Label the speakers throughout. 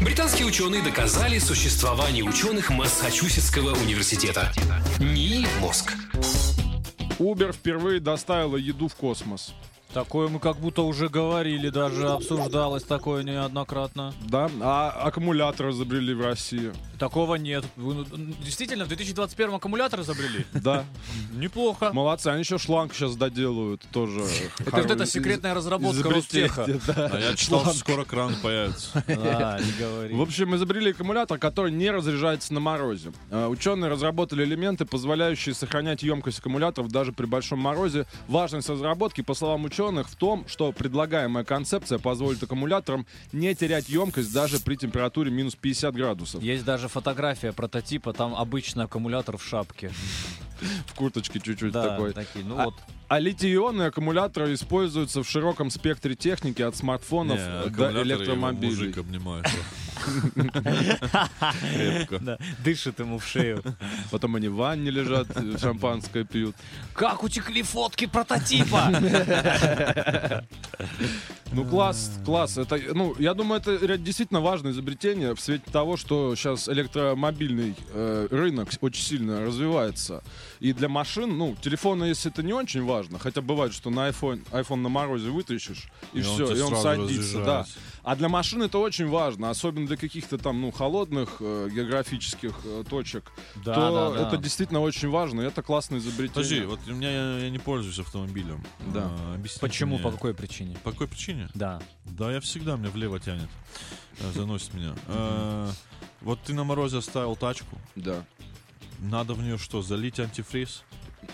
Speaker 1: Британские ученые доказали существование ученых Массачусетского университета. НИИ «Мозг».
Speaker 2: Uber впервые доставила еду в космос.
Speaker 3: Такое мы как будто уже говорили, даже обсуждалось такое неоднократно.
Speaker 2: Да, а аккумулятор изобрели в России.
Speaker 3: Такого нет. Вы, ну, Действительно, в 2021 аккумулятор изобрели?
Speaker 2: Да.
Speaker 3: Неплохо.
Speaker 2: Молодцы, они еще шланг сейчас доделают тоже.
Speaker 3: Это вот эта секретная разработка Ростеха.
Speaker 4: А я читал, что скоро кран появится.
Speaker 3: А, не говори.
Speaker 2: В общем, изобрели аккумулятор, который не разряжается на морозе. Э, Ученые разработали элементы, позволяющие сохранять емкость аккумуляторов даже при большом морозе. Важность разработки, по словам ученых, в том, что предлагаемая концепция позволит аккумуляторам не терять емкость даже при температуре минус 50 градусов.
Speaker 3: Есть даже фотография прототипа, там обычный аккумулятор в шапке.
Speaker 2: В курточке чуть-чуть
Speaker 3: Да,
Speaker 2: такой.
Speaker 3: такие, ну
Speaker 2: А-
Speaker 3: вот.
Speaker 2: А литий-ионные аккумуляторы используются в широком спектре техники от смартфонов
Speaker 4: Не,
Speaker 2: до
Speaker 4: аккумулятор его
Speaker 2: электромобилей.
Speaker 4: Мужик обнимает. Крепко.
Speaker 3: Да, дышит ему в шею.
Speaker 2: Потом они в ванне лежат, э, шампанское пьют.
Speaker 3: Как утекли фотки прототипа?
Speaker 2: Ну класс,
Speaker 3: А.
Speaker 2: класс. Это, ну, я думаю, это ре- действительно важное изобретение в свете того, что сейчас электромобильный э, рынок с- очень сильно развивается. И для машин, ну, телефона, если это не очень важно, хотя бывает, что на iPhone, iPhone на морозе вытащишь, и,
Speaker 4: И он
Speaker 2: все,
Speaker 4: тебе
Speaker 2: и он
Speaker 4: сразу
Speaker 2: садится, да.
Speaker 4: разряжается.
Speaker 2: А для машин это очень важно, особенно для каких-то там, ну, холодных э, географических э, точек.
Speaker 3: Да,
Speaker 2: то
Speaker 3: да, да.
Speaker 2: это действительно очень важно, и это классное изобретение.
Speaker 4: Подожди, вот у меня я, я не пользуюсь автомобилем.
Speaker 2: Да.
Speaker 4: А, объясни
Speaker 3: Почему,
Speaker 4: мне.
Speaker 3: по какой причине?
Speaker 4: По какой причине?
Speaker 3: Да.
Speaker 4: Да, я всегда, меня влево тянет. Э, Заносит меня. Э, Вот ты на морозе оставил тачку.
Speaker 2: Да.
Speaker 4: Надо в нее что, залить антифриз?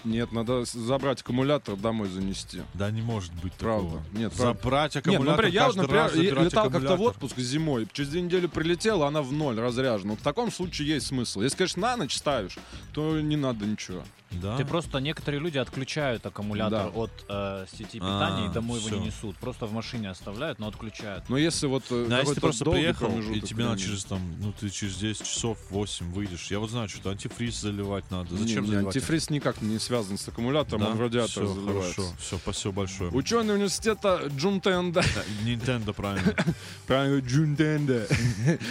Speaker 2: Нет, надо с- забрать аккумулятор домой занести.
Speaker 4: Да не может быть
Speaker 2: Правда.
Speaker 4: такого.
Speaker 2: Нет, правда.
Speaker 4: Забрать
Speaker 2: Нет, ну,
Speaker 4: аккумулятор
Speaker 2: например, я, вот,
Speaker 4: каждый
Speaker 2: например,
Speaker 4: раз
Speaker 2: и-
Speaker 4: забирать
Speaker 2: летал как-то в
Speaker 4: аккумулятор.
Speaker 2: отпуск зимой, через две недели прилетела, она в ноль разряжена. Вот в таком случае есть смысл. Если, конечно, на ночь ставишь, то не надо ничего.
Speaker 4: Да?
Speaker 3: Ты просто некоторые люди отключают
Speaker 2: Да.
Speaker 3: аккумулятор от э, сети питания и
Speaker 4: А,
Speaker 3: домой его
Speaker 4: всё.
Speaker 3: не несут. Просто в машине оставляют, но отключают.
Speaker 2: Но если вот э,
Speaker 4: Да,
Speaker 2: какой-то
Speaker 4: если ты просто
Speaker 2: долгий
Speaker 4: приехал, и
Speaker 2: промежуток
Speaker 4: тебе надо
Speaker 2: времени-
Speaker 4: через там, ну ты через 10 часов, 8 выйдешь. Я вот знаю, что антифриз заливать надо.
Speaker 2: Не,
Speaker 4: Зачем
Speaker 2: не,
Speaker 4: заливать?
Speaker 2: антифриз никак не связан с аккумулятором, он в радиатор
Speaker 4: все,
Speaker 2: заливается.
Speaker 4: хорошо. Все, спасибо большое.
Speaker 2: Ученые университета Джунтенда.
Speaker 4: Да, Nintendo, правильно.
Speaker 2: Правильно, Джунтенда.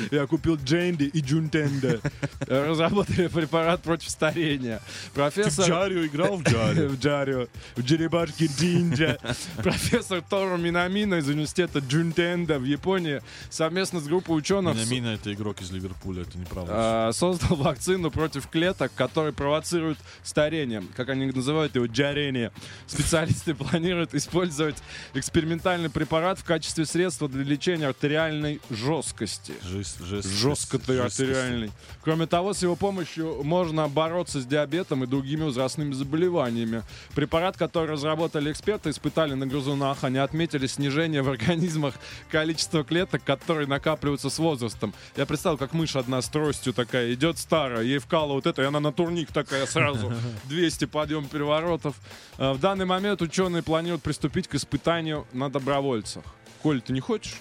Speaker 2: Я купил Дженди и Джунтенда. Разработали препарат против старения. Профессор...
Speaker 4: Джарио играл в Джарио.
Speaker 2: в Джарио, в Джеребашке Динджа. Профессор Торо Минамина из университета Джунтенда в Японии совместно с группой ученых с-
Speaker 4: Минамина это игрок из Ливерпуля, это неправда.
Speaker 2: а, создал вакцину против клеток, которые провоцируют старение, как они называют его, джарение. Специалисты планируют использовать экспериментальный препарат в качестве средства для лечения артериальной жесткости.
Speaker 4: Жесть, жесть,
Speaker 2: Жестко
Speaker 4: жесть,
Speaker 2: ты
Speaker 4: жесткость.
Speaker 2: артериальный. Кроме того, с его помощью можно бороться с диабетом и другими возрастными заболеваниями. Препарат, который разработали эксперты, испытали на грызунах. Они отметили снижение в организмах количества клеток, которые накапливаются с возрастом. Я представил, как мышь одна с тростью такая идет старая, ей вкалывают это, и она на турник такая сразу. 200 подъем переворотов. Э, В данный момент ученые планируют приступить к испытанию на добровольцах. Коль, ты не хочешь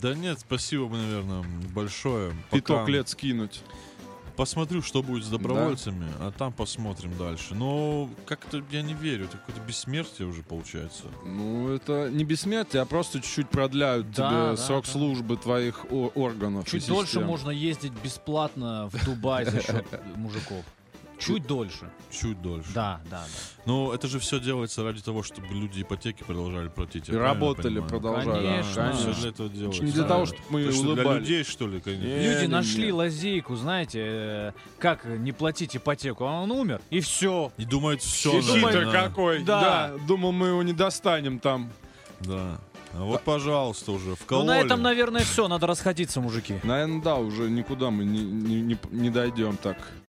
Speaker 4: Да нет, спасибо, наверное, большое.
Speaker 2: пяток
Speaker 4: Пока
Speaker 2: лет скинуть?
Speaker 4: Посмотрю, что будет с добровольцами, а там посмотрим дальше. Но как-то я не верю, это какое-то бессмертие уже получается.
Speaker 2: Ну, это не бессмертие, а просто чуть-чуть продляют
Speaker 3: Да,
Speaker 2: тебе
Speaker 3: да,
Speaker 2: срок
Speaker 3: да.
Speaker 2: службы твоих о- органов. и
Speaker 3: Чуть
Speaker 2: систем.
Speaker 3: дольше можно ездить бесплатно в Дубай за счет мужиков. Чуть дольше.
Speaker 4: Чуть дольше.
Speaker 3: Да, да,
Speaker 4: Но это же все делается ради того, чтобы люди ипотеки продолжали платить.
Speaker 2: И работали, продолжали.
Speaker 3: Ну, Конечно.
Speaker 2: Да,
Speaker 4: Все
Speaker 3: Конечно.
Speaker 4: для этого делается.
Speaker 2: Не для того, чтобы мы
Speaker 4: Ты что, для
Speaker 2: улыбались.
Speaker 4: людей, что ли, конечно?
Speaker 3: да.
Speaker 2: Не,
Speaker 3: Люди
Speaker 2: не,
Speaker 3: нашли
Speaker 2: не.
Speaker 3: лазейку, знаете, э, как не платить ипотеку, а он умер, и все.
Speaker 4: И думают, все.
Speaker 2: И хитрый какой. Да.
Speaker 3: Да.
Speaker 2: думал, мы его не достанем там.
Speaker 4: Да. А вот, пожалуйста, уже
Speaker 3: Ну
Speaker 4: вкололи.
Speaker 3: на этом, наверное, все, надо расходиться, мужики.
Speaker 2: Наверное, да, уже никуда мы не, не- не- не дойдем так.